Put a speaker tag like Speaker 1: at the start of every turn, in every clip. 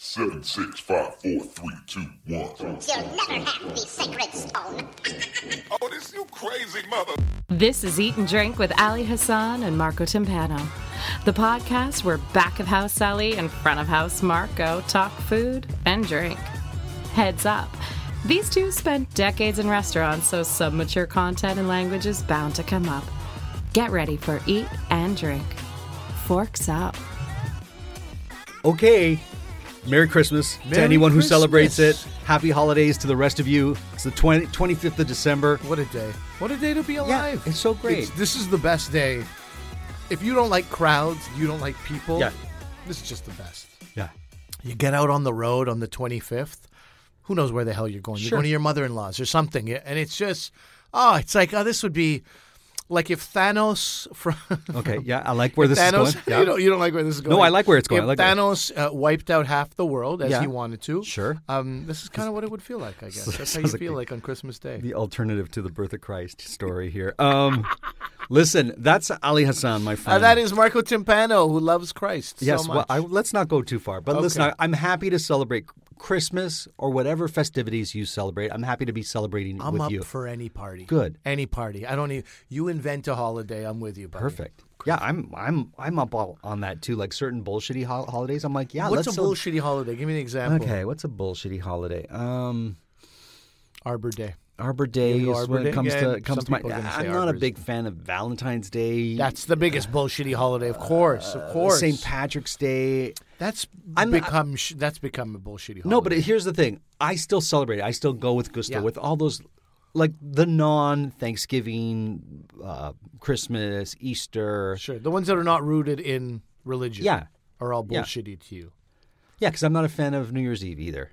Speaker 1: Seven, six, five, four, three, two, one.
Speaker 2: You'll never have the sacred stone.
Speaker 1: Oh, this you crazy mother.
Speaker 3: This is Eat and Drink with Ali Hassan and Marco Timpano, the podcast where back of house Ali and front of house Marco talk food and drink. Heads up, these two spent decades in restaurants, so some mature content and language is bound to come up. Get ready for Eat and Drink. Forks up.
Speaker 4: okay. Merry Christmas to
Speaker 5: Merry
Speaker 4: anyone who celebrates it.
Speaker 5: Christmas.
Speaker 4: Happy holidays to the rest of you. It's the 20, 25th of December.
Speaker 5: What a day. What a day to be alive.
Speaker 4: it's so great.
Speaker 5: this is the best day. If you don't like crowds, you don't like people.
Speaker 4: Yeah.
Speaker 5: This is just the best.
Speaker 4: Yeah.
Speaker 5: You get out on the road on the 25th. Who knows where the hell you're going? You're
Speaker 4: Sure.
Speaker 5: going to your mother in law's or something. And it's just, oh, it's like, oh, this would be like if Thanos from.
Speaker 4: Okay. Yeah. I like where this
Speaker 5: Thanos,
Speaker 4: is going. Yeah.
Speaker 5: you, don't, you don't like where this is going.
Speaker 4: I like where it's going.
Speaker 5: If
Speaker 4: I like where-
Speaker 5: Thanos uh, wiped out half the world as
Speaker 4: Yeah.
Speaker 5: he wanted to.
Speaker 4: Sure.
Speaker 5: Um, this is kind of what it would feel like, I guess. That's how you
Speaker 4: Sounds like
Speaker 5: feel
Speaker 4: the-
Speaker 5: like on Christmas Day.
Speaker 4: the alternative to the birth of Christ story here. Um, listen, that's Ali Hassan, my friend.
Speaker 5: Uh, that is Marco Timpano, who loves Christ
Speaker 4: Um, Yes,
Speaker 5: so much.
Speaker 4: well, I, let's not go too far. But listen,
Speaker 5: Okay.
Speaker 4: I, I'm happy to celebrate Christmas or whatever festivities you celebrate. I'm happy to be celebrating
Speaker 5: am
Speaker 4: with
Speaker 5: up
Speaker 4: you.
Speaker 5: for any party.
Speaker 4: Good.
Speaker 5: Any party. I don't need you invent a holiday. I'm with you, buddy.
Speaker 4: Perfect. Yeah, I'm I'm I'm up all on that too. Like certain bullshitty hol- holidays, I'm like, yeah,
Speaker 5: What's
Speaker 4: Ah, let's
Speaker 5: a
Speaker 4: cel-
Speaker 5: bullshitty holiday? Give me an example.
Speaker 4: Okay, what's a bullshitty holiday? Um,
Speaker 5: Arbor Day.
Speaker 4: Arbor Day
Speaker 5: we go
Speaker 4: is
Speaker 5: Arbor
Speaker 4: when
Speaker 5: Day
Speaker 4: it comes
Speaker 5: again.
Speaker 4: to it comes
Speaker 5: Some
Speaker 4: to my.
Speaker 5: people are gonna say
Speaker 4: I'm not a
Speaker 5: Arbor's
Speaker 4: big fan of Valentine's Day.
Speaker 5: That's the biggest bullshitty holiday, of course, of course.
Speaker 4: St. Patrick's Day.
Speaker 5: That's
Speaker 4: Uh, I'm-
Speaker 5: become sh- that's become a bullshitty holiday.
Speaker 4: No, but here's the thing. I still celebrate. it. I still go with gusto
Speaker 5: Yeah.
Speaker 4: with all those, like the non-Thanksgiving, uh, Christmas, Easter.
Speaker 5: sure, the ones that are not rooted in religion,
Speaker 4: Yeah.
Speaker 5: are all
Speaker 4: Yeah.
Speaker 5: bullshitty to you.
Speaker 4: Yeah, because I'm not a fan of New Year's Eve either.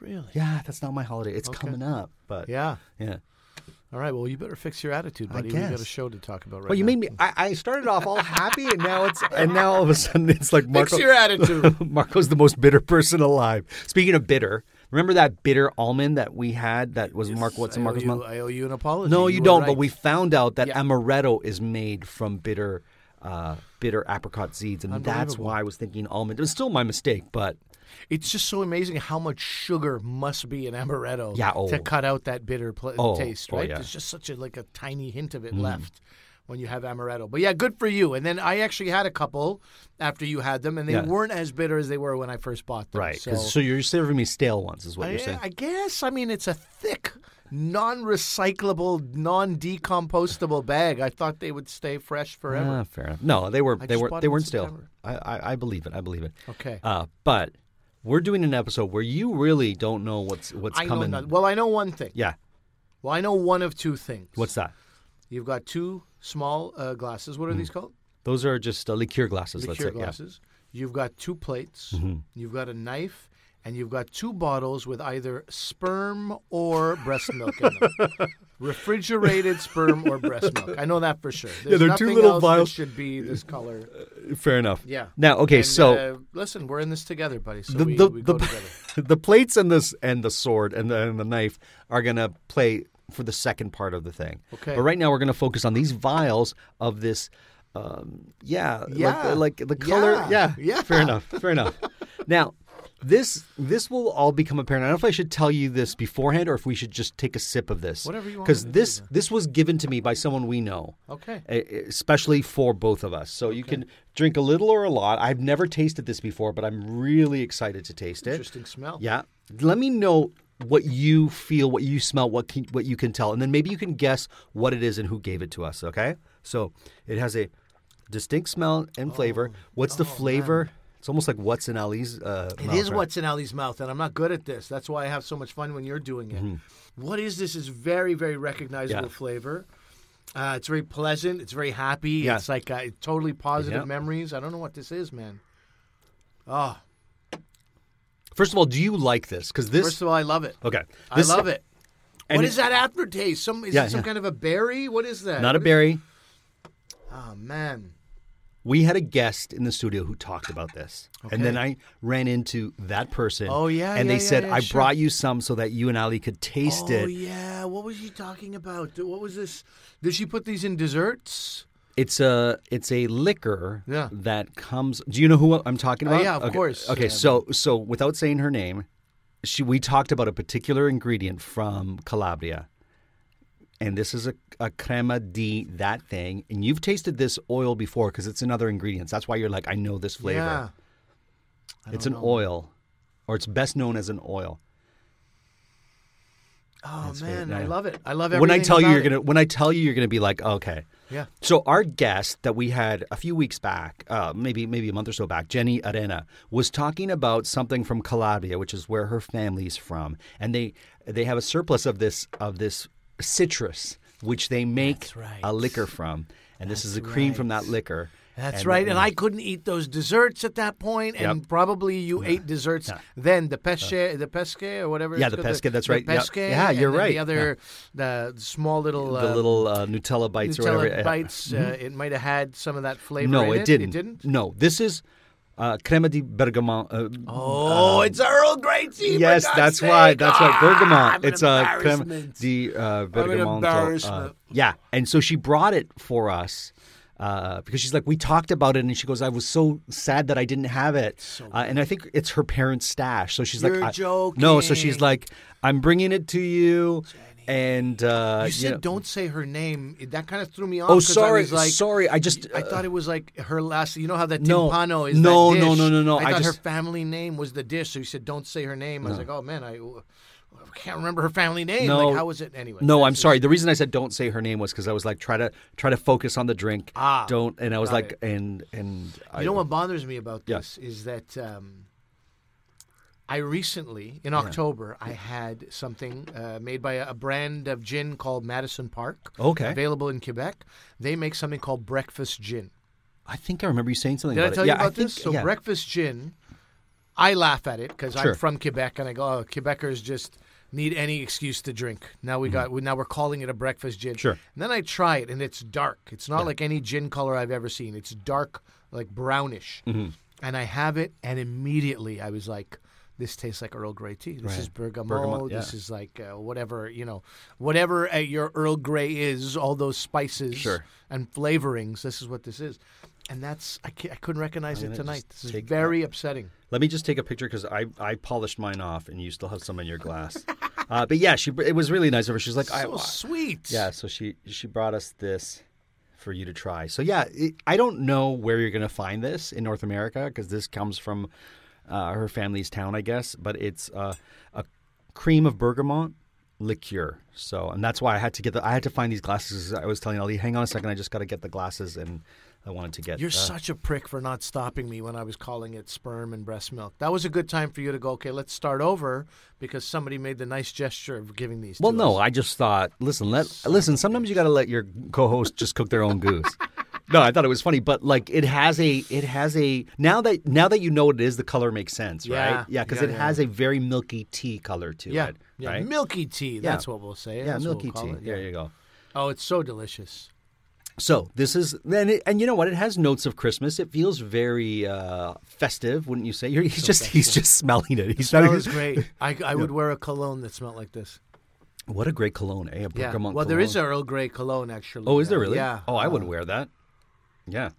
Speaker 5: Really?
Speaker 4: Yeah, that's not my holiday. It's coming up, but
Speaker 5: Yeah.
Speaker 4: yeah.
Speaker 5: All right. Well, you better fix your attitude, buddy. We got
Speaker 4: guess.
Speaker 5: a show to talk about right
Speaker 4: Well, you
Speaker 5: now.
Speaker 4: made me. I, I started off all happy, and now it's and now all of a sudden it's like
Speaker 5: fix
Speaker 4: Marco.
Speaker 5: your attitude.
Speaker 4: Marco's the most bitter person alive. Speaking of bitter, remember that bitter almond that we had that was Mark what's
Speaker 5: I
Speaker 4: in
Speaker 5: owe,
Speaker 4: Marco's
Speaker 5: you,
Speaker 4: mouth?
Speaker 5: I owe you an apology.
Speaker 4: No, you,
Speaker 5: were
Speaker 4: don't. But
Speaker 5: right.
Speaker 4: we found out that
Speaker 5: Yeah.
Speaker 4: amaretto is made from bitter, uh, bitter apricot seeds, and that's why I was thinking almond. It was still my mistake, but
Speaker 5: It's just so amazing how much sugar must be in amaretto
Speaker 4: Yeah, oh.
Speaker 5: to cut out that bitter pl-
Speaker 4: Oh,
Speaker 5: taste,
Speaker 4: oh,
Speaker 5: right?
Speaker 4: yeah. Mm.
Speaker 5: There's just such a like a tiny hint of it left when you have amaretto. But yeah, good for you. And then I actually had a couple after you had them, and they
Speaker 4: Yeah.
Speaker 5: weren't as bitter as they were when I first bought them.
Speaker 4: right. 'cause-
Speaker 5: So,
Speaker 4: So, you're serving me stale ones, is what you're
Speaker 5: I,
Speaker 4: saying.
Speaker 5: I guess I mean it's a thick, non-recyclable, non-decompostable bag. I thought they would stay fresh forever.
Speaker 4: Ah, fair enough. No, they were they
Speaker 5: just
Speaker 4: were
Speaker 5: bought
Speaker 4: they
Speaker 5: them in
Speaker 4: weren't stale.
Speaker 5: September.
Speaker 4: I, I I believe it. I believe it.
Speaker 5: Okay.
Speaker 4: Uh, but we're doing an episode where you really don't know what's what's
Speaker 5: I know.
Speaker 4: coming.
Speaker 5: Not, well, I know one thing.
Speaker 4: yeah.
Speaker 5: Well, I know one of two things.
Speaker 4: What's that?
Speaker 5: You've got two small uh, glasses.
Speaker 4: Mm-hmm.
Speaker 5: What are these called?
Speaker 4: Those are just uh, liqueur
Speaker 5: liqueur
Speaker 4: glasses. let's say. Yeah. Mm-hmm.
Speaker 5: glasses. You've got two plates. You've got a knife, and you've got two bottles with either sperm or breast milk in them. Refrigerated sperm or breast milk. I know that for sure. There's
Speaker 4: they're two
Speaker 5: nothing
Speaker 4: little
Speaker 5: else
Speaker 4: vials.
Speaker 5: That should be this color.
Speaker 4: Fair enough.
Speaker 5: Yeah.
Speaker 4: Now, okay,
Speaker 5: And,
Speaker 4: so
Speaker 5: uh, listen, we're in this together, buddy. So
Speaker 4: the
Speaker 5: we,
Speaker 4: the,
Speaker 5: we go together.
Speaker 4: the, the plates and this and the sword and the, and the knife are gonna play for the second part of the thing.
Speaker 5: Okay.
Speaker 4: But right now we're gonna focus on these vials of this. Um, yeah,
Speaker 5: Yeah.
Speaker 4: Like, like the color.
Speaker 5: Yeah.
Speaker 4: Yeah.
Speaker 5: Yeah.
Speaker 4: Fair enough. Fair enough. now. This this will all become apparent. I don't know if I should tell you this beforehand or if we should just take a sip of this.
Speaker 5: Whatever you want
Speaker 4: Because
Speaker 5: me to do,
Speaker 4: this this was given to me by someone we know
Speaker 5: Okay.
Speaker 4: e- especially for both of us. So you can drink a little or a lot. I've never tasted this before, but I'm really excited to taste it.
Speaker 5: Interesting smell.
Speaker 4: Yeah. Let me know what you feel, what you smell, what can, what you can tell, and then maybe you can guess what it is and who gave it to us. Okay. So it has a distinct smell and flavor.
Speaker 5: Oh.
Speaker 4: What's the flavor? It's almost like what's in Ali's. Uh,
Speaker 5: It is what's in Ali's mouth, and I'm not good at this. That's why I have so much fun when you're doing it. What is this? Is very, very recognizable
Speaker 4: Mm-hmm. Yeah.
Speaker 5: flavor. Uh, it's very pleasant. It's very happy.
Speaker 4: Yeah.
Speaker 5: It's like uh, totally positive
Speaker 4: Yeah.
Speaker 5: memories. I don't know what this is, man. Oh,
Speaker 4: First of all, do you like this? Because this.
Speaker 5: first of all, I love it.
Speaker 4: okay.
Speaker 5: I
Speaker 4: This-
Speaker 5: love it.
Speaker 4: and
Speaker 5: What
Speaker 4: it-
Speaker 5: is that aftertaste? Some is
Speaker 4: Yeah,
Speaker 5: it some
Speaker 4: yeah.
Speaker 5: kind of a berry? What is that?
Speaker 4: Not a
Speaker 5: What is-
Speaker 4: berry.
Speaker 5: Oh man.
Speaker 4: we had a guest in the studio who talked about this. And then I ran into that person.
Speaker 5: Oh, yeah,
Speaker 4: And
Speaker 5: yeah,
Speaker 4: they
Speaker 5: yeah,
Speaker 4: said,
Speaker 5: yeah,
Speaker 4: I
Speaker 5: sure.
Speaker 4: brought you some so that you and Ali could taste
Speaker 5: Oh
Speaker 4: it.
Speaker 5: yeah. What was she talking about? What was this? Did she put these in desserts?
Speaker 4: It's a it's a liquor
Speaker 5: Yeah.
Speaker 4: that comes. Do you know who I'm talking
Speaker 5: Uh,
Speaker 4: about?
Speaker 5: yeah, of
Speaker 4: Okay.
Speaker 5: course.
Speaker 4: Okay,
Speaker 5: Yeah.
Speaker 4: so so without saying her name, she we talked about a particular ingredient from Calabria, and this is a, a crema di that thing. And you've tasted this oil before because it's in other ingredients. That's why you're like, I know this flavor.
Speaker 5: Yeah.
Speaker 4: It's an oil, or it's best known as an oil.
Speaker 5: Oh
Speaker 4: very
Speaker 5: man, I
Speaker 4: nice.
Speaker 5: love it. I love everything.
Speaker 4: when I tell you
Speaker 5: about
Speaker 4: you're
Speaker 5: it.
Speaker 4: gonna when I tell you you're gonna be like okay.
Speaker 5: Yeah.
Speaker 4: So our guest that we had a few weeks back, uh, maybe maybe a month or so back, Jenny Arena was talking about something from Calabria, which is where her family's from, and they they have a surplus of this of this citrus, which they make
Speaker 5: right.
Speaker 4: a liquor from, and this is a cream from that liquor.
Speaker 5: That's right. And I couldn't eat those desserts at that point, and
Speaker 4: Yep.
Speaker 5: probably you ate desserts then the pesce, the pesque or whatever.
Speaker 4: Yeah,
Speaker 5: it's
Speaker 4: the
Speaker 5: called,
Speaker 4: pesce, that's right.
Speaker 5: The
Speaker 4: Yep.
Speaker 5: pesce.
Speaker 4: Yeah, you're
Speaker 5: and then
Speaker 4: right.
Speaker 5: The other, the small little.
Speaker 4: the
Speaker 5: uh,
Speaker 4: little uh, Nutella bites or whatever.
Speaker 5: Nutella
Speaker 4: it-
Speaker 5: bites. Uh, it might have had some of that flavor. in
Speaker 4: No, it,
Speaker 5: it
Speaker 4: didn't. Mm-hmm.
Speaker 5: It didn't.
Speaker 4: No, this is uh, crema di bergamo. Uh,
Speaker 5: Oh, it's Earl Grey tea. for
Speaker 4: Yes,
Speaker 5: God's
Speaker 4: that's why.
Speaker 5: sake.
Speaker 4: That's
Speaker 5: Ah,
Speaker 4: why
Speaker 5: I'm
Speaker 4: bergamot.
Speaker 5: an
Speaker 4: It's a creme
Speaker 5: embarrassment.
Speaker 4: de uh, bergamot. Uh,
Speaker 5: embarrassment.
Speaker 4: yeah, and so she brought it for us. Uh, because she's like, we talked about it, and she goes, I was so sad that I didn't have it, uh, and I think it's her parents' stash. So she's
Speaker 5: You're
Speaker 4: like, I- no. So she's
Speaker 5: joking.
Speaker 4: like, I'm bringing it to you, and uh,
Speaker 5: You said
Speaker 4: know-
Speaker 5: don't say her name. It- That kind of threw me off.
Speaker 4: Oh,
Speaker 5: 'cause I
Speaker 4: sorry,
Speaker 5: was like,
Speaker 4: sorry. I just uh,
Speaker 5: I thought it was like her last. You know how that
Speaker 4: No.
Speaker 5: timpano is.
Speaker 4: No,
Speaker 5: that dish?
Speaker 4: no, no, no, no.
Speaker 5: I,
Speaker 4: I
Speaker 5: thought her
Speaker 4: just-
Speaker 5: family name was the dish, so you said don't say her name. I was like, oh man, I, I can't remember her family name.
Speaker 4: No.
Speaker 5: like, how was it anyway?
Speaker 4: No,
Speaker 5: that's
Speaker 4: I'm
Speaker 5: just-
Speaker 4: sorry. The reason I said don't say her name was because I was like try to try to focus on the drink.
Speaker 5: Ah,
Speaker 4: don't. And I was
Speaker 5: got
Speaker 4: like,
Speaker 5: it.
Speaker 4: and and I,
Speaker 5: You know what bothers me about
Speaker 4: Yeah.
Speaker 5: this is that um, I recently, in October, I had something uh, made by a, a brand of gin called Madison Park.
Speaker 4: Okay.
Speaker 5: Available in Quebec. They make something called breakfast gin.
Speaker 4: I think I remember you saying something.
Speaker 5: Did I
Speaker 4: about
Speaker 5: tell
Speaker 4: it.
Speaker 5: you
Speaker 4: yeah,
Speaker 5: about
Speaker 4: I think,
Speaker 5: this? So
Speaker 4: yeah.
Speaker 5: breakfast gin, I laugh at it because
Speaker 4: Sure.
Speaker 5: I'm from Quebec, and I go, oh, Quebecers just need any excuse to drink. Now we got, we, now we're calling it a breakfast gin.
Speaker 4: Mm-hmm. Sure.
Speaker 5: And then I try it, and it's dark. It's not like any gin color I've ever seen. It's dark, like brownish.
Speaker 4: Mm-hmm.
Speaker 5: And I have it, and immediately I was like. This tastes like Earl Grey tea. This is bergamot.
Speaker 4: Bergamot, yeah.
Speaker 5: This is like uh, whatever you know, whatever uh, your Earl Grey is. All those spices
Speaker 4: Sure.
Speaker 5: and flavorings. This is what this is, and that's I, ca- I couldn't recognize it
Speaker 4: gonna
Speaker 5: tonight.
Speaker 4: just
Speaker 5: This is
Speaker 4: take
Speaker 5: very upsetting.
Speaker 4: Let me just take a picture because I, I polished mine off and you still have some in your glass. uh, but yeah, she it was really nice of her. She's like, I,
Speaker 5: So sweet.
Speaker 4: yeah. So she she brought us this for you to try. So yeah, it, I don't know where you're gonna find this in North America because this comes from uh, her family's town, I guess. But it's uh, a cream of bergamot liqueur. So and that's why I had to get the I had to find these glasses. I was telling Ellie, hang on a second, I just got to get the glasses and. I wanted to get
Speaker 5: You're
Speaker 4: uh,
Speaker 5: such a prick for not stopping me when I was calling it sperm and breast milk. That was a good time for you to go. Okay, let's start over because somebody made the nice gesture of giving these.
Speaker 4: Well,
Speaker 5: to
Speaker 4: no,
Speaker 5: us.
Speaker 4: I just thought, listen, let listen. Sometimes you got to let your co-host just cook their own goose. No, I thought it was funny, but like it has a, it has a. Now that now that you know what it is, the color makes sense,
Speaker 5: Yeah.
Speaker 4: right? Yeah, because
Speaker 5: Yeah,
Speaker 4: it
Speaker 5: yeah.
Speaker 4: has a very milky tea color to
Speaker 5: yeah,
Speaker 4: it,
Speaker 5: yeah,
Speaker 4: right?
Speaker 5: milky tea. That's what we'll say.
Speaker 4: yeah,
Speaker 5: That's what
Speaker 4: milky
Speaker 5: we'll
Speaker 4: tea.
Speaker 5: call it,
Speaker 4: There
Speaker 5: yeah.
Speaker 4: you go.
Speaker 5: Oh, it's so delicious.
Speaker 4: So this is and it, and you know what? It has notes of Christmas. It feels very uh, festive, wouldn't you say? You're, he's just he's just smelling it. He's
Speaker 5: That
Speaker 4: not
Speaker 5: was
Speaker 4: even-
Speaker 5: great. I, I would wear a cologne that smelled like this.
Speaker 4: What a great cologne, eh? A
Speaker 5: Yeah.
Speaker 4: bergamot
Speaker 5: well, there is
Speaker 4: cologne.
Speaker 5: a Earl Grey cologne actually.
Speaker 4: Oh, is there
Speaker 5: uh,
Speaker 4: really?
Speaker 5: Yeah.
Speaker 4: Oh, I
Speaker 5: uh,
Speaker 4: would wear that. Yeah.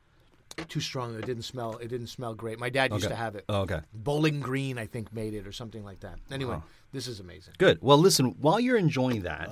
Speaker 5: too strong. It didn't smell. It didn't smell great. My dad used
Speaker 4: Okay.
Speaker 5: to have it.
Speaker 4: Oh, okay.
Speaker 5: Bowling Green, I think, made it or something like that. Anyway, this is amazing.
Speaker 4: Good. Well, listen, while you're enjoying that,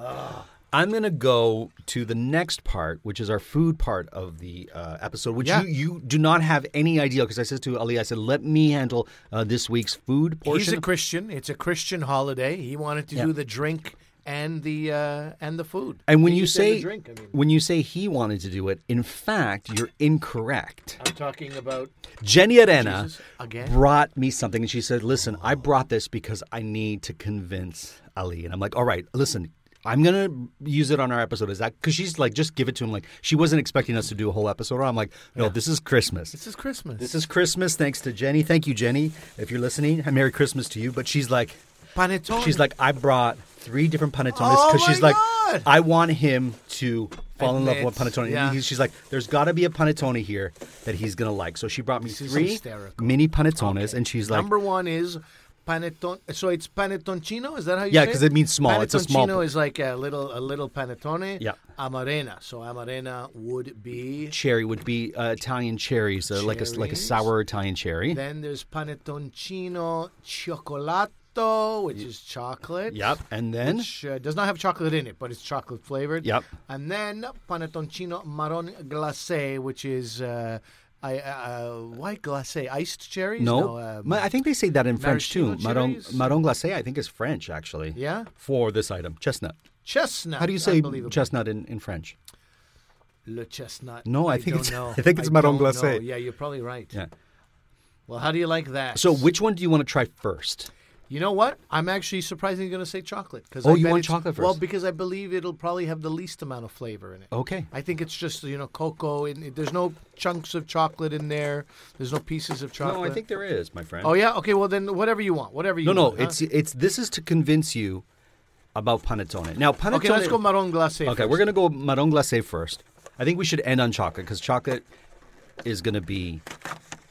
Speaker 4: I'm going to go to the next part, which is our food part of the uh, episode, which
Speaker 5: Yeah.
Speaker 4: you, you do not have any idea because I said to Ali, I said, let me handle uh, this week's food
Speaker 5: He's
Speaker 4: portion.
Speaker 5: a Christian. It's a Christian holiday. He wanted to
Speaker 4: Yeah.
Speaker 5: do the drink and the uh, and the food.
Speaker 4: and when
Speaker 5: He
Speaker 4: you
Speaker 5: just said the
Speaker 4: say
Speaker 5: drink, I mean,
Speaker 4: when you say he wanted to do it, in fact, you're incorrect.
Speaker 5: I'm talking about
Speaker 4: Jenny Arena
Speaker 5: Jesus, again?
Speaker 4: brought me something and she said, Listen, I brought this because I need to convince Ali. And I'm like, All right, listen, I'm going to use it on our episode. Is that because she's like, just give it to him? Like, she wasn't expecting us to do a whole episode. I'm like, No, this is Christmas.
Speaker 5: this is Christmas.
Speaker 4: This is Christmas. Thanks to Jenny. Thank you, Jenny. If you're listening, Merry Christmas to you. But she's like,
Speaker 5: panettone.
Speaker 4: She's like, I brought three different panettones
Speaker 5: Oh
Speaker 4: because she's
Speaker 5: my
Speaker 4: like,
Speaker 5: God.
Speaker 4: I want him to fall in love
Speaker 5: Admit,
Speaker 4: with panettone. And
Speaker 5: yeah.
Speaker 4: he- she's like, there's got to be a panettone here that he's gonna like. So she brought me
Speaker 5: is
Speaker 4: three
Speaker 5: hysterical.
Speaker 4: mini panettones, and she's like,
Speaker 5: number one is Panettone. So it's panettoncino. Is that how you
Speaker 4: Yeah,
Speaker 5: say
Speaker 4: 'cause it means small. It's a small-
Speaker 5: Panettoncino is like a little a little panettone.
Speaker 4: Yeah.
Speaker 5: Amarena. So amarena would be.
Speaker 4: Cherry would be uh, Italian cherries, uh, like a like a
Speaker 5: Cherries.
Speaker 4: sour Italian cherry.
Speaker 5: Then there's panettoncino cioccolato, which is chocolate.
Speaker 4: Yep, and then
Speaker 5: Which uh, does not have chocolate in it, but it's chocolate flavored.
Speaker 4: Yep.
Speaker 5: And then panettoncino marron glacé, which is uh, I, uh, white glacé, iced cherries.
Speaker 4: no,
Speaker 5: um,
Speaker 4: Ma- I think they say that in French too.
Speaker 5: maraschino
Speaker 4: Marron
Speaker 5: cherries?
Speaker 4: marron glacé, I think is French actually.
Speaker 5: Yeah?
Speaker 4: For this item, chestnut.
Speaker 5: chestnut.
Speaker 4: How do you say
Speaker 5: unbelievable.
Speaker 4: chestnut in, in French?
Speaker 5: Le chestnut.
Speaker 4: No, I think
Speaker 5: don't
Speaker 4: it's-
Speaker 5: know.
Speaker 4: I think it's marron
Speaker 5: don't know.
Speaker 4: glacé.
Speaker 5: Yeah, you're probably right.
Speaker 4: Yeah.
Speaker 5: Well, how do you like that?
Speaker 4: So which one do you want to try first?
Speaker 5: you know what? I'm actually surprisingly going to say chocolate because
Speaker 4: Oh,
Speaker 5: I
Speaker 4: you
Speaker 5: bet
Speaker 4: want
Speaker 5: it's-
Speaker 4: chocolate
Speaker 5: Well,
Speaker 4: first.
Speaker 5: because I believe it'll probably have the least amount of flavor in it.
Speaker 4: Okay.
Speaker 5: I think it's just you know cocoa and it- there's no chunks of chocolate in there. There's no pieces of chocolate.
Speaker 4: No, I think there is, my friend.
Speaker 5: Oh yeah. Okay. Well then, whatever you want, whatever you.
Speaker 4: No, no,
Speaker 5: want, huh?
Speaker 4: it's it's this is to convince you about panettone. Now panettone.
Speaker 5: okay. Let's go marron glacé.
Speaker 4: Okay, we're gonna go marron glacé first. I think we should end on chocolate because chocolate is gonna be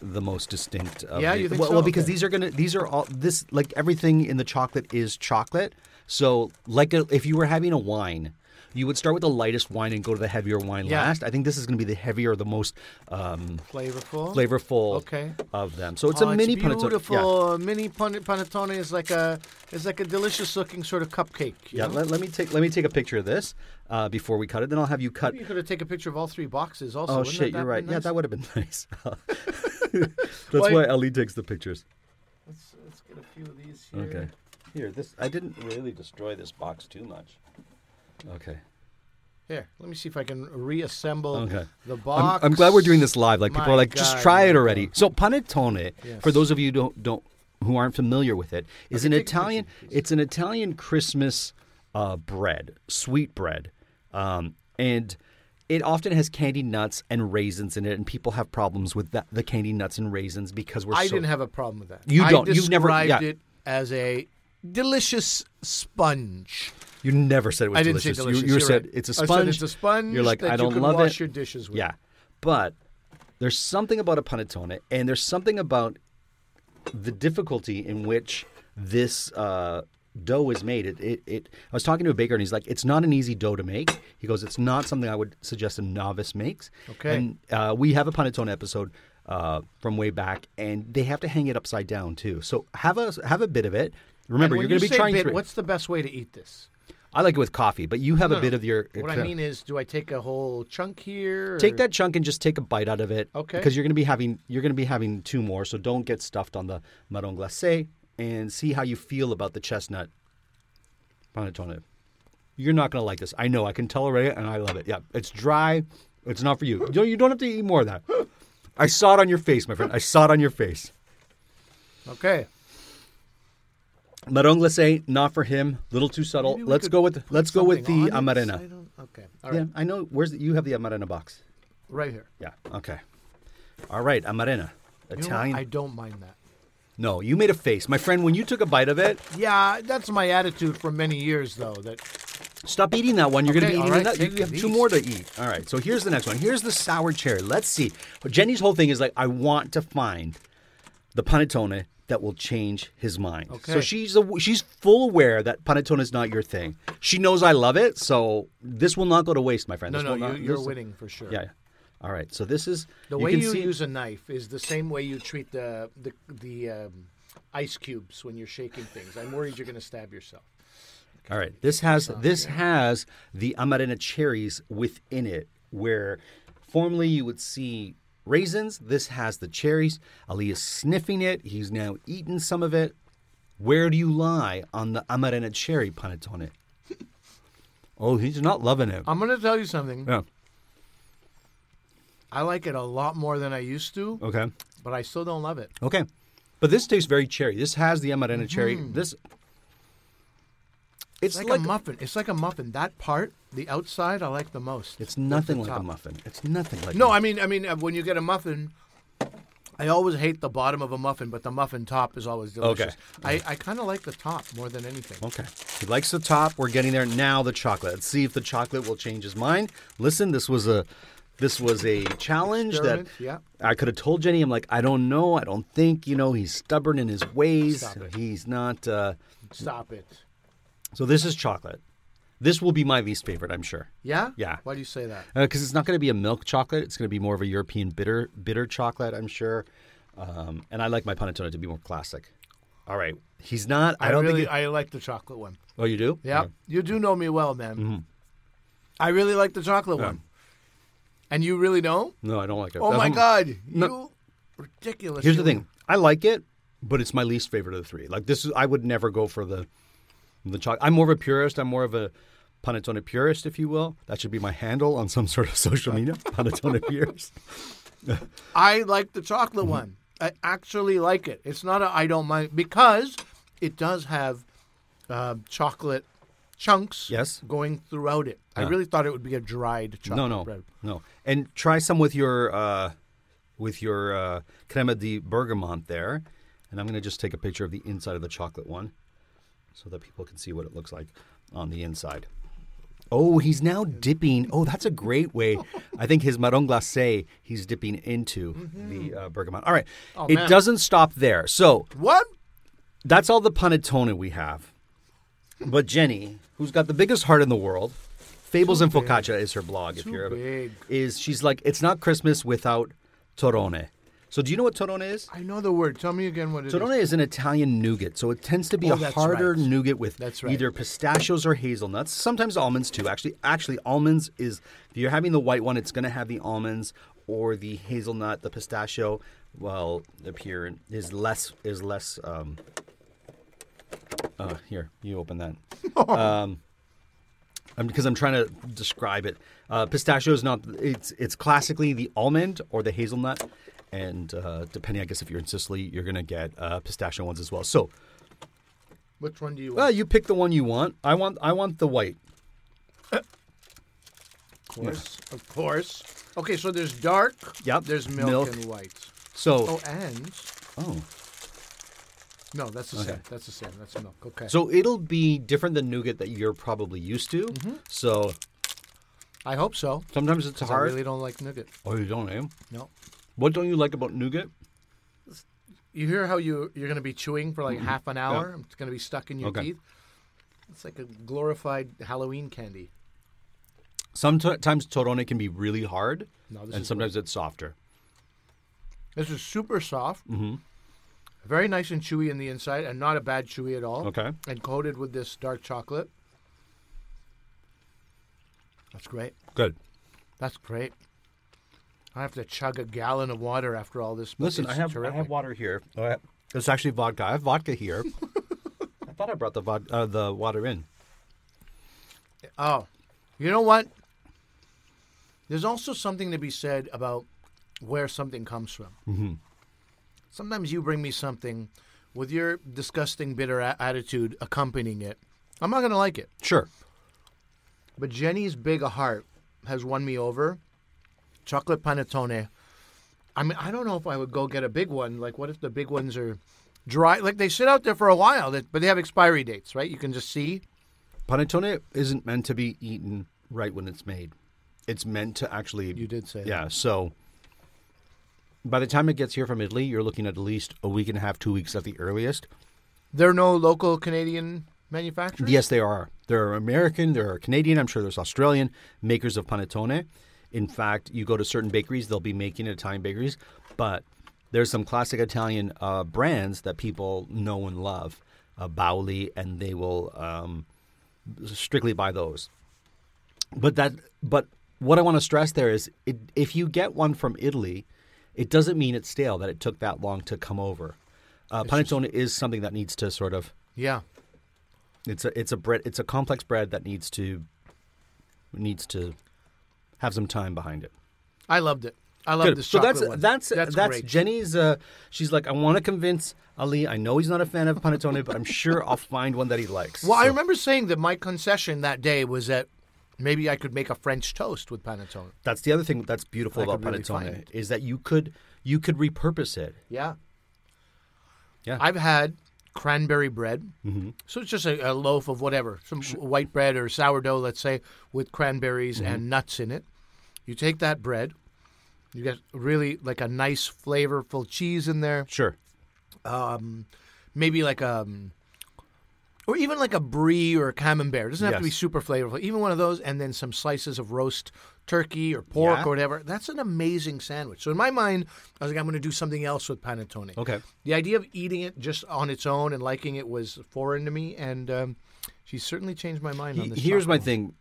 Speaker 4: the most distinct. Of
Speaker 5: Yeah,
Speaker 4: the-
Speaker 5: you think
Speaker 4: well,
Speaker 5: so?
Speaker 4: well, because
Speaker 5: Okay.
Speaker 4: these are gonna these are all this like everything in the chocolate is chocolate. So like a, if you were having a wine. You would start with the lightest wine and go to the heavier wine
Speaker 5: Yeah.
Speaker 4: last. I think this is going to be the heavier, the most um,
Speaker 5: Flavorful.
Speaker 4: flavorful
Speaker 5: Okay.
Speaker 4: of them. So it's
Speaker 5: Oh,
Speaker 4: a mini
Speaker 5: it's
Speaker 4: panettone. Yeah.
Speaker 5: beautiful. uh, Mini pan- panettone is like a is like a delicious looking sort of cupcake. you
Speaker 4: Yeah,
Speaker 5: know?
Speaker 4: let, let me take let me take a picture of this uh, before we cut it. Then I'll have you cut.
Speaker 5: You could have taken a picture of all three boxes. Also,
Speaker 4: Oh
Speaker 5: Wouldn't
Speaker 4: shit,
Speaker 5: that
Speaker 4: you're
Speaker 5: be
Speaker 4: right. Yeah,
Speaker 5: nice?
Speaker 4: that would have been nice. That's
Speaker 5: Why-
Speaker 4: why Ali takes the pictures.
Speaker 5: Let's, let's get a few of these here.
Speaker 4: Okay. Here, this I didn't really destroy this box too much. Okay.
Speaker 5: Here, let me see if I can reassemble
Speaker 4: Okay.
Speaker 5: the
Speaker 4: I'm,
Speaker 5: box.
Speaker 4: I'm glad we're doing this live. Like people
Speaker 5: My
Speaker 4: are like, just
Speaker 5: God,
Speaker 4: try it
Speaker 5: my
Speaker 4: already.
Speaker 5: God.
Speaker 4: So panettone, for
Speaker 5: Yes.
Speaker 4: those of you who don't don't who aren't familiar with it, is an
Speaker 5: take a picture,
Speaker 4: Italian. It's an Italian Christmas uh, bread, sweet bread, um, and it often has candy nuts and raisins in it. And people have problems with that, the candy nuts and raisins because we're.
Speaker 5: I
Speaker 4: so,
Speaker 5: didn't have a problem with that.
Speaker 4: You don't.
Speaker 5: I
Speaker 4: You've never-
Speaker 5: described
Speaker 4: yeah.
Speaker 5: it as a delicious sponge.
Speaker 4: You never said it was
Speaker 5: I didn't
Speaker 4: delicious.
Speaker 5: say delicious.
Speaker 4: You,
Speaker 5: You're
Speaker 4: you said
Speaker 5: right.
Speaker 4: it's a
Speaker 5: I said
Speaker 4: sponge.
Speaker 5: it's a sponge
Speaker 4: You're like
Speaker 5: that
Speaker 4: I
Speaker 5: you
Speaker 4: don't
Speaker 5: can
Speaker 4: love
Speaker 5: wash
Speaker 4: it.
Speaker 5: your dishes with.
Speaker 4: Yeah, but there's something about a panettone, and there's something about the difficulty in which this uh, dough is made. It, it, it. I was talking to a baker, and he's like, "It's not an easy dough to make." He goes, "It's not something I would suggest a novice makes."
Speaker 5: Okay.
Speaker 4: And uh, we have a panettone episode uh, from way back, and they have to hang it upside down too. So have a have a bit of it. Remember,
Speaker 5: And when
Speaker 4: you're going to
Speaker 5: you
Speaker 4: be
Speaker 5: say
Speaker 4: trying
Speaker 5: bit,
Speaker 4: three.
Speaker 5: What's the best way to eat this?
Speaker 4: I like it with coffee, but you have a
Speaker 5: No,
Speaker 4: bit
Speaker 5: no.
Speaker 4: of your.
Speaker 5: What I mean is, do I take a whole chunk here?
Speaker 4: take
Speaker 5: or-
Speaker 4: that chunk and just take a bite out of it.
Speaker 5: Okay.
Speaker 4: Because you're gonna be having you're gonna be having two more, so don't get stuffed on the marron glacé and see how you feel about the chestnut panettone. You're not gonna like this. I know. I can tell already, and I love it. Yeah, it's dry. It's not for you. You don't, you don't have to eat more of that. I saw it on your face, my friend. I saw it on your face.
Speaker 5: Okay.
Speaker 4: Marron glacé, not for him. Little too subtle.
Speaker 5: Maybe we
Speaker 4: Let's
Speaker 5: could
Speaker 4: go with
Speaker 5: put
Speaker 4: let's go with
Speaker 5: something
Speaker 4: the
Speaker 5: on it. I
Speaker 4: amarena.
Speaker 5: don't- Okay. All right.
Speaker 4: Yeah, I know. Where's the, you have the amarena box?
Speaker 5: Right here.
Speaker 4: Yeah. Okay. All right, amarena,
Speaker 5: You know what?
Speaker 4: Italian.
Speaker 5: I don't mind that.
Speaker 4: No, you made a face, my friend. When you took a bite of it,
Speaker 5: Yeah, that's my attitude for many years, though. That
Speaker 4: stop eating that one. You're
Speaker 5: Okay,
Speaker 4: going to
Speaker 5: all
Speaker 4: be
Speaker 5: right,
Speaker 4: eating another.
Speaker 5: take
Speaker 4: You have two
Speaker 5: these.
Speaker 4: more to eat. All right. So here's the next one. Here's the sour cherry. Let's see. But Jenny's whole thing is like, I want to find the panettone that will change his mind. So
Speaker 5: Okay.
Speaker 4: she's a, she's full aware that panettone is not your thing. She knows I love it, so this will not go to waste, my friend.
Speaker 5: no,
Speaker 4: This
Speaker 5: no,
Speaker 4: will
Speaker 5: you,
Speaker 4: not-
Speaker 5: you're
Speaker 4: this-
Speaker 5: winning for sure.
Speaker 4: Yeah. yeah. All right. So this is
Speaker 5: The way
Speaker 4: can
Speaker 5: you
Speaker 4: see-
Speaker 5: use a knife is the same way you treat the the the um, ice cubes when you're shaking things. I'm worried you're going to stab yourself.
Speaker 4: All right. This has this has the amarena cherries within it, where formerly you would see raisins. This has the cherries. Ali is sniffing it. He's now eaten some of it. Where do you lie on the amarena cherry panettone? oh, he's not loving it.
Speaker 5: I'm going to tell you something.
Speaker 4: yeah.
Speaker 5: I like it a lot more than I used to,
Speaker 4: Okay.
Speaker 5: but I still don't love it.
Speaker 4: Okay. But this tastes very cherry. This has the amarena cherry. This. It's
Speaker 5: Mm-hmm. It's like,
Speaker 4: like
Speaker 5: a muffin. It's like a muffin. That part, the outside, I like the most.
Speaker 4: It's
Speaker 5: With
Speaker 4: nothing
Speaker 5: the
Speaker 4: like a
Speaker 5: top.
Speaker 4: muffin. It's nothing like.
Speaker 5: No, I mean, I mean, uh, when you get a muffin, I always hate the bottom of a muffin, but the muffin top is always delicious. I, I kind of like the top more than anything.
Speaker 4: Okay. He likes the top. We're getting there. Now the chocolate. Let's see if the chocolate will change his mind. Listen, this was a This was a challenge that
Speaker 5: Experiment, yeah.
Speaker 4: I could have told Jenny. I'm like, I don't know. I don't think you know. He's stubborn in his ways.
Speaker 5: Stop it.
Speaker 4: He's not. Uh,
Speaker 5: Stop it.
Speaker 4: so this is chocolate. This will be my least favorite. I'm sure.
Speaker 5: Yeah?
Speaker 4: Yeah.
Speaker 5: Why do you say that?
Speaker 4: because it's not going to be a milk chocolate. It's going to be more of a European bitter bitter chocolate, I'm sure. Um, and I like my panettone to be more classic. All right, he's not. I, don't
Speaker 5: really,
Speaker 4: think. It,
Speaker 5: I like the chocolate one.
Speaker 4: oh, you do?
Speaker 5: Yeah, you do know me well, man.
Speaker 4: Mm-hmm.
Speaker 5: I really like the chocolate one, and you really don't.
Speaker 4: No, I don't like it.
Speaker 5: Oh
Speaker 4: That's
Speaker 5: my
Speaker 4: what-
Speaker 5: god,
Speaker 4: No.
Speaker 5: you ridiculous.
Speaker 4: Here's the
Speaker 5: human.
Speaker 4: thing. I like it, but it's my least favorite of the three. Like this, is, I would never go for the the chocolate. I'm more of a purist. I'm more of a panettone purist, if you will. That should be my handle on some sort of social media. panettone purist.
Speaker 5: I like the chocolate
Speaker 4: Mm-hmm.
Speaker 5: one. I actually like it. It's not a I don't mind because it does have uh, chocolate chunks
Speaker 4: Yes.
Speaker 5: going throughout it. I really thought it would be a dried chocolate
Speaker 4: No, no,
Speaker 5: bread.
Speaker 4: no. And try some with your uh, with your uh, crema de bergamot there. And I'm going to just take a picture of the inside of the chocolate one, so that people can see what it looks like on the inside. Oh, he's now dipping. Oh, that's a great way. I think his marron glacé he's dipping into the uh, bergamot. All right, it
Speaker 5: Mm-hmm. Oh, man.
Speaker 4: doesn't stop there. So
Speaker 5: What?
Speaker 4: that's all the panettone we have. But Jenny, who's got the biggest heart in the world, Fables and Focaccia is her blog. if you're
Speaker 5: big.
Speaker 4: is she's like it's not Christmas without torrone. So do you know what torrone is?
Speaker 5: I know the word. Tell me again what it is.
Speaker 4: Torrone is an Italian nougat, so it tends to be
Speaker 5: Oh,
Speaker 4: a
Speaker 5: that's
Speaker 4: harder
Speaker 5: right.
Speaker 4: nougat with
Speaker 5: That's right.
Speaker 4: either pistachios or hazelnuts. Sometimes almonds too. Actually, actually almonds is if you're having the white one, it's going to have the almonds or the hazelnut. The pistachio, well, up here is less is less. Um, uh, here, you open that. Um, I'm, because I'm trying to describe it. Uh, pistachio is not. It's it's classically the almond or the hazelnut, and uh, depending, I guess, if you're in Sicily, you're gonna get uh, pistachio ones as well. So,
Speaker 5: Which one do you
Speaker 4: well,
Speaker 5: want?
Speaker 4: you pick the one you want. I want I want the white.
Speaker 5: of course, of course. Okay, so there's dark.
Speaker 4: Yep,
Speaker 5: There's milk,
Speaker 4: milk.
Speaker 5: and white.
Speaker 4: So,
Speaker 5: Oh, and
Speaker 4: oh,
Speaker 5: no, that's the same. That's the same. That's milk. Okay.
Speaker 4: so it'll be different than nougat that you're probably used to.
Speaker 5: Mm-hmm.
Speaker 4: So
Speaker 5: I hope so.
Speaker 4: sometimes it's
Speaker 5: 'cause I
Speaker 4: hard.
Speaker 5: really don't like nougat.
Speaker 4: Oh, you don't, eh?
Speaker 5: No.
Speaker 4: What don't you like about nougat?
Speaker 5: You hear how you you're going to be chewing for like half an hour. It's going to be stuck in your
Speaker 4: Mm-hmm. Okay.
Speaker 5: teeth. It's like a glorified Halloween candy.
Speaker 4: Sometimes torrone can be really hard,
Speaker 5: No, this
Speaker 4: and
Speaker 5: is
Speaker 4: sometimes it's softer.
Speaker 5: This is super soft. Mm-hmm. Very nice and chewy in the inside, and not a bad chewy at all.
Speaker 4: Okay.
Speaker 5: And coated with this dark chocolate. That's great.
Speaker 4: Good.
Speaker 5: That's great. I have to chug a gallon of water after all this. but
Speaker 4: Listen, I
Speaker 5: it's
Speaker 4: have I
Speaker 5: terrific.
Speaker 4: have water here. All right. It's actually vodka. I have vodka here. I thought I brought the vod- uh, the water in.
Speaker 5: Oh, you know what? There's also something to be said about where something comes from. Mm-hmm. Sometimes you bring me something with your disgusting, bitter a- attitude accompanying it. I'm not going to like it.
Speaker 4: Sure.
Speaker 5: But Jenny's big heart has won me over. Chocolate panettone. I mean, I don't know if I would go get a big one. Like, what if the big ones are dry? Like, they sit out there for a while, that- but they have expiry dates, right? You can just see.
Speaker 4: Panettone isn't meant to be eaten right when it's made. It's meant to actually.
Speaker 5: You did say that.
Speaker 4: Yeah. So by the time it gets here from Italy, you're looking at at least a week and a half, two weeks at the earliest.
Speaker 5: There are no local Canadian manufacturers?
Speaker 4: Yes, they are. They're American, they're Canadian, I'm sure there's Australian makers of panettone. In fact, you go to certain bakeries, they'll be making it, Italian bakeries, but there's some classic Italian uh, brands that people know and love, uh, Bauli, and they will um, strictly buy those. But that, but what I want to stress there is, it, if you get one from Italy, it doesn't mean it's stale that it took that long to come over. Uh, panettone is something that needs to sort of
Speaker 5: Yeah.
Speaker 4: it's a it's a bread it's a complex bread that needs to needs to have some time behind it.
Speaker 5: I loved it. I loved this
Speaker 4: So
Speaker 5: chocolate
Speaker 4: that's
Speaker 5: one.
Speaker 4: that's that's,
Speaker 5: that's great.
Speaker 4: Jenny's. Uh, she's like, I want to convince Ali. I know he's not a fan of panettone, but I'm sure I'll find one that he likes.
Speaker 5: well, I
Speaker 4: So-
Speaker 5: remember saying that my concession that day was that maybe I could make a French toast with panettone.
Speaker 4: That's the other thing that's beautiful
Speaker 5: I
Speaker 4: about
Speaker 5: could really
Speaker 4: panettone
Speaker 5: find it.
Speaker 4: is that you could you could repurpose it.
Speaker 5: Yeah.
Speaker 4: Yeah.
Speaker 5: I've had cranberry bread. Mm-hmm. So it's just a, a loaf
Speaker 4: Mm-hmm.
Speaker 5: of whatever, some white bread or sourdough, let's say, with cranberries and nuts in it. You take that bread. You get really like a nice flavorful cheese in there.
Speaker 4: Sure.
Speaker 5: maybe like a, or even like a brie or a camembert. It doesn't have to be
Speaker 4: Yes.
Speaker 5: super flavorful. Even one of those, and then some slices of roast turkey or pork
Speaker 4: Yeah.
Speaker 5: or whatever. That's an amazing sandwich. So in my mind, I was like, I'm going to do something else with panettone.
Speaker 4: Okay.
Speaker 5: The idea of eating it just on its own and liking it was foreign to me, and um, she certainly changed my mind on this.
Speaker 4: Here's my
Speaker 5: chocolate.
Speaker 4: thing.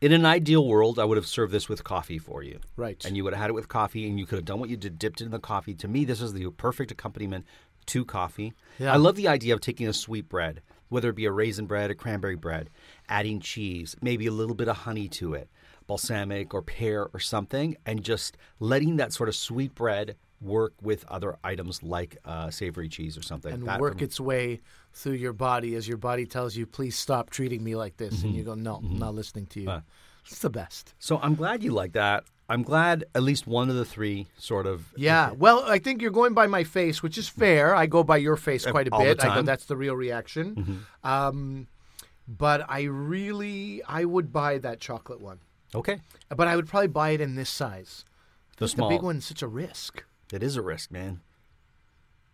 Speaker 4: In an ideal world, I would have served this with coffee for you.
Speaker 5: Right.
Speaker 4: And you would have had it with coffee, and you could have done what you did, dipped it in the coffee. To me, this is the perfect accompaniment to coffee.
Speaker 5: Yeah.
Speaker 4: I love the idea of taking a sweet bread, whether it be a raisin bread, a cranberry bread, adding cheese, maybe a little bit of honey to it, balsamic or pear or something, and just letting that sort of sweet bread work with other items like uh, savory cheese or something.
Speaker 5: and
Speaker 4: That-
Speaker 5: work its way through your body as your body tells you, please stop treating me like this.
Speaker 4: Mm-hmm.
Speaker 5: And you go, no, I'm not listening to you. it's the best.
Speaker 4: So I'm glad you like that. I'm glad at least one of the three sort of
Speaker 5: Yeah. Well, I think you're going by my face, which is fair. I go by your face quite a
Speaker 4: Mm-hmm. all the
Speaker 5: bit. I go,
Speaker 4: time. Mm-hmm.
Speaker 5: that's the real reaction. Um, but I really, I would buy that chocolate one.
Speaker 4: Okay.
Speaker 5: But I would probably buy it in this size.
Speaker 4: The small.
Speaker 5: The big one's such a risk.
Speaker 4: It is a risk, man.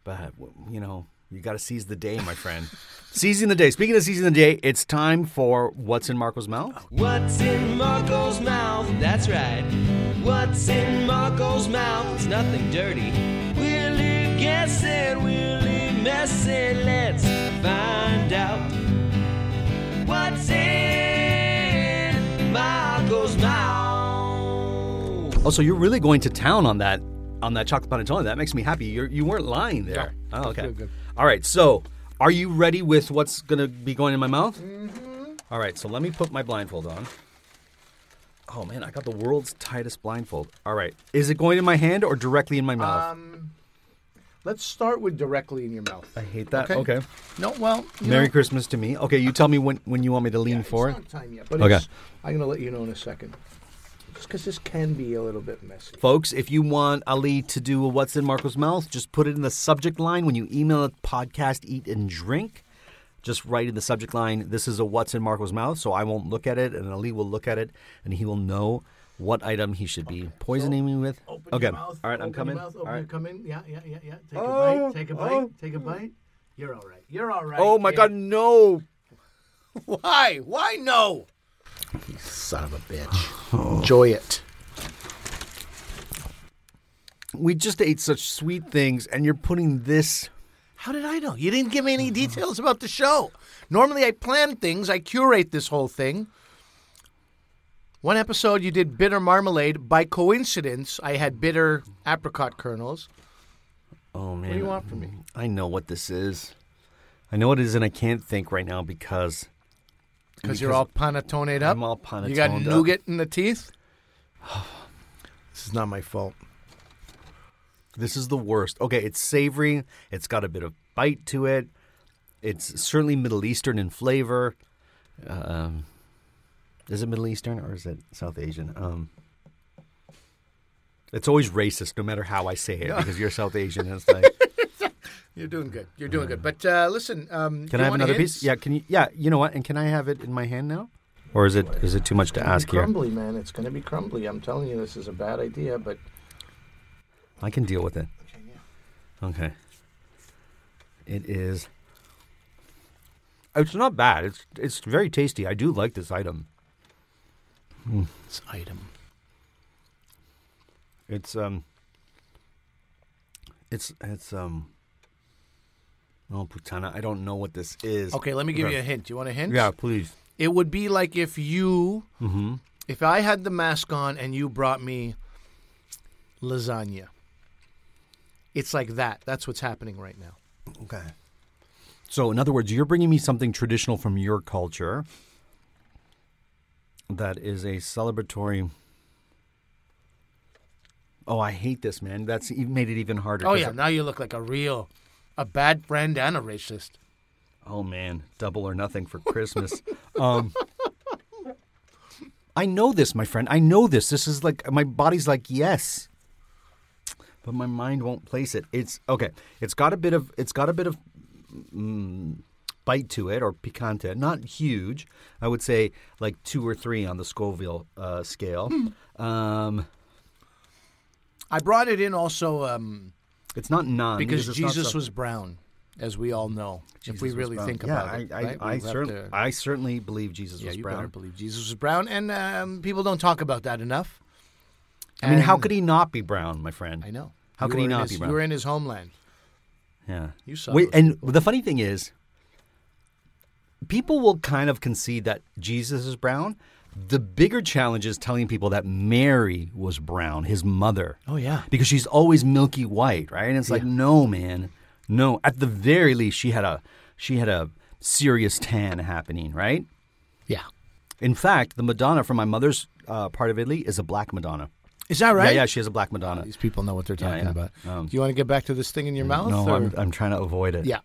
Speaker 4: But w- you know, you got to seize the day, my friend. seizing the day. Speaking of seizing the day, it's time for what's in Marco's mouth.
Speaker 6: What's in Marco's mouth? That's right. What's in Marco's mouth? It's nothing dirty. Will he guess it? Will he mess it? Let's find out. What's in Marco's mouth?
Speaker 4: Oh, so you're really going to town on that on that chocolate panettone. That makes me happy. You you weren't lying there.
Speaker 5: Yeah.
Speaker 4: Oh, okay.
Speaker 5: Good, good.
Speaker 4: All right. So, are you ready with what's going to be going in my mouth?
Speaker 5: Mm-hmm.
Speaker 4: All right. So let me put my blindfold on. Oh man, I got the world's tightest blindfold. All right. Is it going in my hand or directly in my mouth?
Speaker 5: Um, Let's start with directly in your mouth.
Speaker 4: I hate that.
Speaker 5: okay.
Speaker 4: okay.
Speaker 5: No, well, you
Speaker 4: Merry
Speaker 5: know,
Speaker 4: Christmas to me. Okay, you tell me when, when you want me to lean
Speaker 5: yeah,
Speaker 4: forward.
Speaker 5: It's not time yet, but
Speaker 4: Okay.
Speaker 5: it's, I'm going to let you know in a second. Just because this can be a little bit messy.
Speaker 4: Folks, if you want Ali to do a What's in Marco's Mouth, just put it in the subject line when you email it podcast eat and drink. Just write in the subject line, this is a What's in Marco's Mouth, so I won't look at it, and Ali will look at it, and he will know what item he should be poisoning me with.
Speaker 5: Open
Speaker 4: okay,
Speaker 5: your mouth.
Speaker 4: all right,
Speaker 5: open
Speaker 4: I'm coming.
Speaker 5: Your mouth,
Speaker 4: all
Speaker 5: open,
Speaker 4: right.
Speaker 5: Come in. Yeah, yeah, yeah, yeah. Take a
Speaker 4: Oh,
Speaker 5: bite. Take a bite.
Speaker 4: oh.
Speaker 5: Take a bite. You're all right. You're all right.
Speaker 4: Oh my
Speaker 5: Yeah.
Speaker 4: God, no!
Speaker 5: Why? Why no? You son of a bitch. Enjoy it.
Speaker 4: We just ate such sweet things, and you're putting this.
Speaker 5: How did I know? You didn't give me any details about the show. Normally, I plan things. I curate this whole thing. One episode, you did bitter marmalade. By coincidence, I had bitter apricot kernels.
Speaker 4: Oh man.
Speaker 5: What do you want from me?
Speaker 4: I know what this is. I know what it is, and I can't think right now because
Speaker 5: Because you're all panettone up.
Speaker 4: I'm all panettone.
Speaker 5: You got nougat in the teeth. this is not my fault.
Speaker 4: This is the worst. Okay, it's savory. It's got a bit of bite to it. It's certainly Middle Eastern in flavor. Um, is it Middle Eastern or is it South Asian? Um, it's always racist, no matter how I say it, because you're South Asian. and It's like,
Speaker 5: You're doing good. You're doing good. But uh, listen, um,
Speaker 4: can
Speaker 5: you
Speaker 4: I have
Speaker 5: want
Speaker 4: another
Speaker 5: hints?
Speaker 4: piece? Yeah, can you? Yeah, you know what? And can I have it in my hand now? Or is it is it too much to ask here?
Speaker 5: Crumbly, man. It's going to be crumbly. I'm telling you, this is a bad idea. But
Speaker 4: I can deal with it. Okay. It is. It's not bad. It's it's very tasty. I do like this item.
Speaker 5: this item.
Speaker 4: It's um. It's it's um. Oh, putana! I don't know what this is.
Speaker 5: Okay, let me give
Speaker 4: Okay.
Speaker 5: you a hint. You want a hint?
Speaker 4: Yeah, Mm-hmm. please.
Speaker 5: It would be like if you, if I had the mask on and you brought me lasagna. It's like that. That's what's happening right now.
Speaker 4: Okay. So, in other words, you're bringing me something traditional from your culture that is a celebratory. Oh, I hate this, man. That's e- made it even harder.
Speaker 5: Oh
Speaker 4: 'cause
Speaker 5: yeah,
Speaker 4: it-
Speaker 5: now you look like a real, a bad friend and a racist.
Speaker 4: oh man, double or nothing for Christmas. um, I know this, my friend. I know this. This is like my body's like yes, but my mind won't place it. It's okay. It's got a bit of. It's got a bit of. Mm, bite to it or picante. Not huge. I would say like two or three on the Scoville uh, scale.
Speaker 5: Hmm.
Speaker 4: Um,
Speaker 5: I brought it in also um,
Speaker 4: it's not non
Speaker 5: because
Speaker 4: it's not
Speaker 5: Jesus
Speaker 4: so-
Speaker 5: was brown, as we all know. if we
Speaker 4: Jesus was
Speaker 5: really
Speaker 4: brown.
Speaker 5: think
Speaker 4: yeah,
Speaker 5: about it,
Speaker 4: I, I,
Speaker 5: right?
Speaker 4: I,
Speaker 5: We have
Speaker 4: certainly,
Speaker 5: to-
Speaker 4: I certainly believe Jesus
Speaker 5: yeah,
Speaker 4: was
Speaker 5: you better
Speaker 4: brown.
Speaker 5: believe Jesus was brown, and um, people don't talk about that enough.
Speaker 4: I mean, how
Speaker 5: And-
Speaker 4: could he not be brown, my friend?
Speaker 5: I know.
Speaker 4: How
Speaker 5: You
Speaker 4: could
Speaker 5: were
Speaker 4: he
Speaker 5: in
Speaker 4: not
Speaker 5: his-
Speaker 4: be brown?
Speaker 5: You were in his homeland.
Speaker 4: Yeah.
Speaker 5: You saw
Speaker 4: Wait,
Speaker 5: those
Speaker 4: and the funny thing is, people will kind of concede that Jesus is brown. The bigger challenge is telling people that Mary was brown, his mother.
Speaker 5: Oh, yeah.
Speaker 4: because she's always milky white, right? And it's like, no, man, no. At the very least, she had a she had a serious tan happening, right?
Speaker 5: Yeah.
Speaker 4: In fact, the Madonna from my mother's uh, part of Italy is a black Madonna.
Speaker 5: Is that right?
Speaker 4: Yeah, yeah, she has a black Madonna.
Speaker 5: These people know what they're talking
Speaker 4: yeah.
Speaker 5: about.
Speaker 4: Um,
Speaker 5: Do you want to get back to this thing in your mouth?
Speaker 4: No,
Speaker 5: or-
Speaker 4: I'm, I'm trying to avoid it.
Speaker 5: yeah.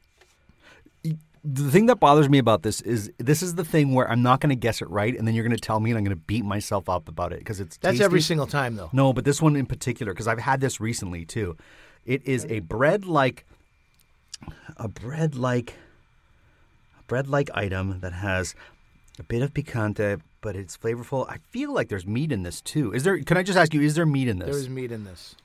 Speaker 4: the thing that bothers me about this is this is the thing where I'm not going to guess it right, and then you're going to tell me, and I'm going to beat myself up about it because it's
Speaker 5: That's
Speaker 4: tasty.
Speaker 5: every single time, though.
Speaker 4: No, but this one in particular because I've had this recently too. It is a bread like a bread like a bread like item that has a bit of picante, but it's flavorful. I feel like there's meat in this too. Is there? Can I just ask you? Is there meat in this?
Speaker 5: There is meat in this.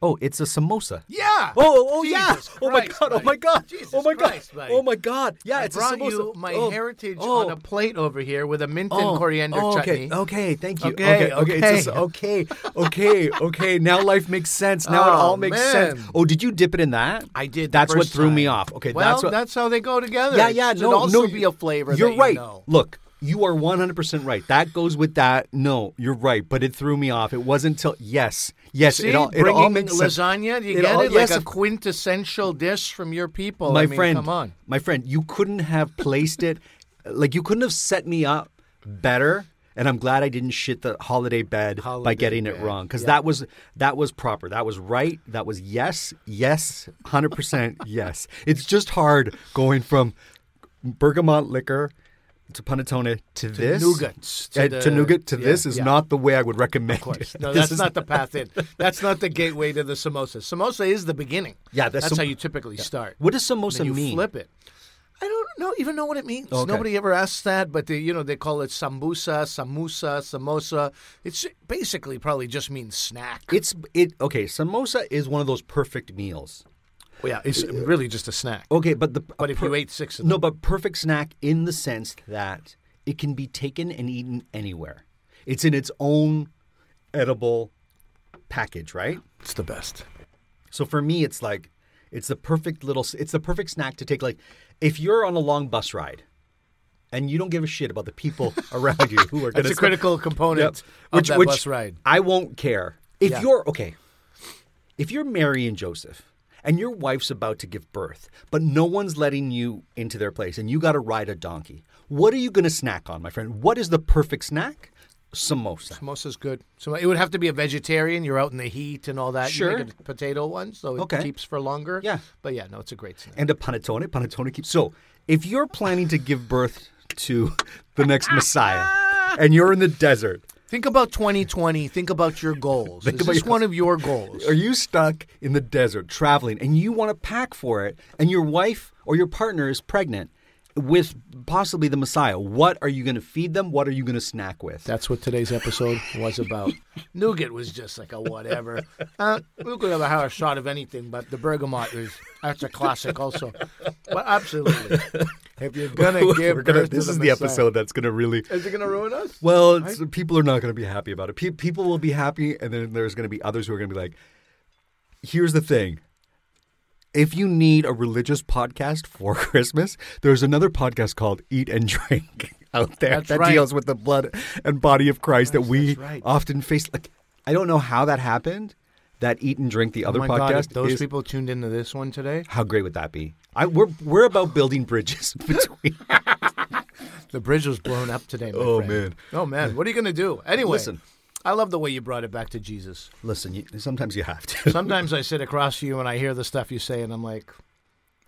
Speaker 4: oh, it's a samosa.
Speaker 5: Yeah.
Speaker 4: Oh, oh, oh yeah!
Speaker 5: Jesus
Speaker 4: oh my
Speaker 5: Christ,
Speaker 4: god! Oh my
Speaker 5: buddy.
Speaker 4: god!
Speaker 5: Jesus
Speaker 4: oh my god!
Speaker 5: Christ, buddy.
Speaker 4: Oh my god! Yeah,
Speaker 5: I
Speaker 4: it's
Speaker 5: brought
Speaker 4: a samosa.
Speaker 5: you my
Speaker 4: Oh,
Speaker 5: heritage
Speaker 4: oh.
Speaker 5: on a plate over here with a mint
Speaker 4: Oh,
Speaker 5: and coriander
Speaker 4: oh, okay,
Speaker 5: chutney.
Speaker 4: Okay, thank you.
Speaker 5: Okay,
Speaker 4: okay, it's just-
Speaker 5: okay.
Speaker 4: okay, okay, okay. Now life makes sense. Now it
Speaker 5: Oh,
Speaker 4: all makes sense.
Speaker 5: man.
Speaker 4: Oh, did you dip it in that?
Speaker 5: I did. the
Speaker 4: That's what
Speaker 5: first
Speaker 4: through me
Speaker 5: time.
Speaker 4: off. Okay,
Speaker 5: well,
Speaker 4: that's what.
Speaker 5: how they go together.
Speaker 4: yeah, yeah.
Speaker 5: It should
Speaker 4: no,
Speaker 5: also
Speaker 4: no.
Speaker 5: be a flavor.
Speaker 4: You're
Speaker 5: that
Speaker 4: right.
Speaker 5: You know.
Speaker 4: Look, you are 100 percent right. That goes with that. No, you're right. But it threw me off. It wasn't till yes, yes.
Speaker 5: See,
Speaker 4: it all it
Speaker 5: bringing
Speaker 4: all makes sense.
Speaker 5: lasagna. Do you
Speaker 4: It
Speaker 5: get
Speaker 4: all-
Speaker 5: it?
Speaker 4: yes,
Speaker 5: like a
Speaker 4: of-
Speaker 5: quintessential dish from your people.
Speaker 4: my
Speaker 5: I mean,
Speaker 4: friend,
Speaker 5: come on.
Speaker 4: my friend, you couldn't have placed it, like you couldn't have set me up better. And I'm glad I didn't shit the holiday bed by
Speaker 5: Holiday
Speaker 4: getting it
Speaker 5: bed,
Speaker 4: wrong because that was that was proper. That was right. That was yes, yes, hundred percent yes. It's just hard going from bergamot liquor to panettone to, this
Speaker 5: nougats, to
Speaker 4: uh,
Speaker 5: the-
Speaker 4: to nougat to
Speaker 5: yeah,
Speaker 4: this is
Speaker 5: yeah.
Speaker 4: not the way I would recommend. Of
Speaker 5: course. No,
Speaker 4: this
Speaker 5: that's
Speaker 4: is
Speaker 5: not the path in. That's not the gateway to the samosa. Samosa is the beginning.
Speaker 4: Yeah, that's
Speaker 5: how
Speaker 4: some-
Speaker 5: you typically start.
Speaker 4: What does samosa
Speaker 5: then you
Speaker 4: mean?
Speaker 5: flip it. I don't know, even know what it means.
Speaker 4: Okay.
Speaker 5: Nobody ever asks that, but they, you know they call it sambusa, samusa, samosa. It's basically probably just means snack.
Speaker 4: It's it okay. Samosa is one of those perfect meals.
Speaker 5: Well, Oh, yeah, it's really just a snack.
Speaker 4: Okay, but the
Speaker 5: But if you ate six of
Speaker 4: no,
Speaker 5: them.
Speaker 4: but perfect snack in the sense that it can be taken and eaten anywhere. It's in its own edible package, right?
Speaker 5: It's the best.
Speaker 4: So for me, it's like it's the perfect little. It's the perfect snack to take. Like if you're on a long bus ride, and you don't give a shit about the people around you who are going
Speaker 5: That's
Speaker 4: to
Speaker 5: a critical
Speaker 4: Yep.
Speaker 5: component of
Speaker 4: Which,
Speaker 5: that
Speaker 4: which
Speaker 5: bus ride.
Speaker 4: I won't care. If
Speaker 5: Yeah.
Speaker 4: you're okay, if you're Mary and Joseph, and your wife's about to give birth, but no one's letting you into their place, and you got to ride a donkey, what are you going to snack on, my friend? What is the perfect snack? Samosa.
Speaker 5: Samosa's good. So it would have to be a vegetarian. You're out in the heat and all that.
Speaker 4: Sure.
Speaker 5: You make a potato one, so it
Speaker 4: Okay.
Speaker 5: keeps for longer.
Speaker 4: Yeah.
Speaker 5: But yeah, no, it's a great snack.
Speaker 4: And a panettone. Panettone keeps. So if you're planning to give birth to the next Messiah, and you're in the desert,
Speaker 5: Think about 2020. Think about your goals. Is
Speaker 4: about
Speaker 5: this
Speaker 4: your-
Speaker 5: one of your goals?
Speaker 4: Are you stuck in the desert traveling and you want to pack for it and your wife or your partner is pregnant with possibly the Messiah? What are you going to feed them? What are you going to snack with?
Speaker 5: That's what today's episode was about. Nougat was just like a whatever. Uh, we could have a higher shot of anything, but the bergamot is that's a classic also. But absolutely, if you're gonna give
Speaker 4: We're gonna-
Speaker 5: birth to
Speaker 4: this is the
Speaker 5: Messiah-
Speaker 4: episode that's going to really.
Speaker 5: Is it gonna ruin us?
Speaker 4: Well, it's, people are not going to be happy about it. Pe- people will be happy, and then there's going to be others who are going to be like, here's the thing. If you need a religious podcast for Christmas, there's another podcast called Eat and Drink out there
Speaker 5: That's
Speaker 4: that
Speaker 5: right.
Speaker 4: deals with the blood and body of Christ that we
Speaker 5: that's right.
Speaker 4: often face. Like, I don't know how that happened. That Eat and Drink, the
Speaker 5: Oh
Speaker 4: other
Speaker 5: my God, if
Speaker 4: podcast,
Speaker 5: those
Speaker 4: is-
Speaker 5: people tuned into this one today.
Speaker 4: how great would that be? I, we're we're about building bridges between.
Speaker 5: The bridge was blown up today. My
Speaker 4: Oh,
Speaker 5: friend.
Speaker 4: man.
Speaker 5: Oh man. What are you gonna do? Anyway,
Speaker 4: Listen.
Speaker 5: I love the way you brought it back to Jesus.
Speaker 4: Listen, you, sometimes you have to.
Speaker 5: Sometimes I sit across from you and I hear the stuff you say, and I'm like,
Speaker 4: Hmm.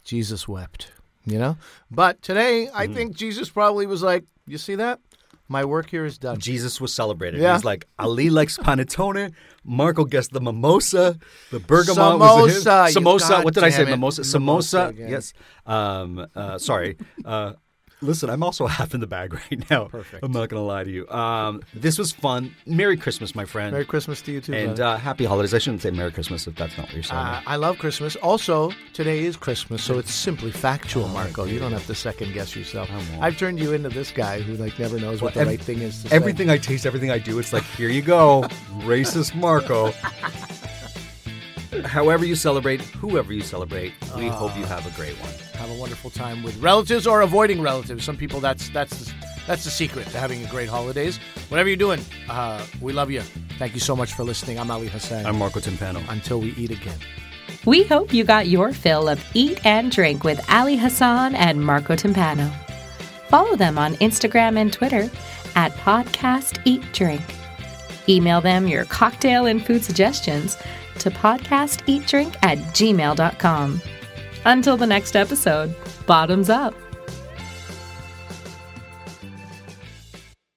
Speaker 5: Jesus wept, you know? But today, I think Jesus probably was like, You see that? My work here is done.
Speaker 4: Jesus was celebrated.
Speaker 5: Yeah.
Speaker 4: He's like Ali likes panettone. Marco guessed the mimosa. The bergamot was his.
Speaker 5: Samosa, you
Speaker 4: Samosa. What did I say?
Speaker 5: goddamn it.
Speaker 4: Mimosa.
Speaker 5: Mimosa
Speaker 4: Samosa.
Speaker 5: again.
Speaker 4: yes. Um, uh, sorry. Uh, listen, I'm also half in the bag right now. Perfect. I'm not gonna lie to you. Um, this was fun. Merry Christmas, my friend.
Speaker 5: Merry Christmas to you too.
Speaker 4: And
Speaker 5: bud.
Speaker 4: uh, happy holidays. I shouldn't say Merry Christmas if that's not what you're saying.
Speaker 5: Uh, I love Christmas. Also, today is Christmas, so it's simply factual, Marco. You don't have to second guess yourself. I've turned you into this guy who like never knows what the
Speaker 4: Well, ev-
Speaker 5: right thing is to say.
Speaker 4: everything I taste, everything I do, it's like, here you go, racist Marco. However you celebrate, whoever you celebrate, we hope you have a great one.
Speaker 5: Have a wonderful time with relatives or avoiding relatives. Some people that's that's the, that's the secret to having a great holidays. Whatever you're doing, uh, we love you. Thank you so much for listening. I'm Ali Hassan.
Speaker 4: I'm Marco Timpano.
Speaker 5: Until we eat again.
Speaker 3: We hope you got your fill of Eat and Drink with Ali Hassan and Marco Timpano. Follow them on Instagram and Twitter at Podcast Eat Drink. Email them your cocktail and food suggestions to podcasteatdrink at gmail.com. Until the next episode, bottoms up.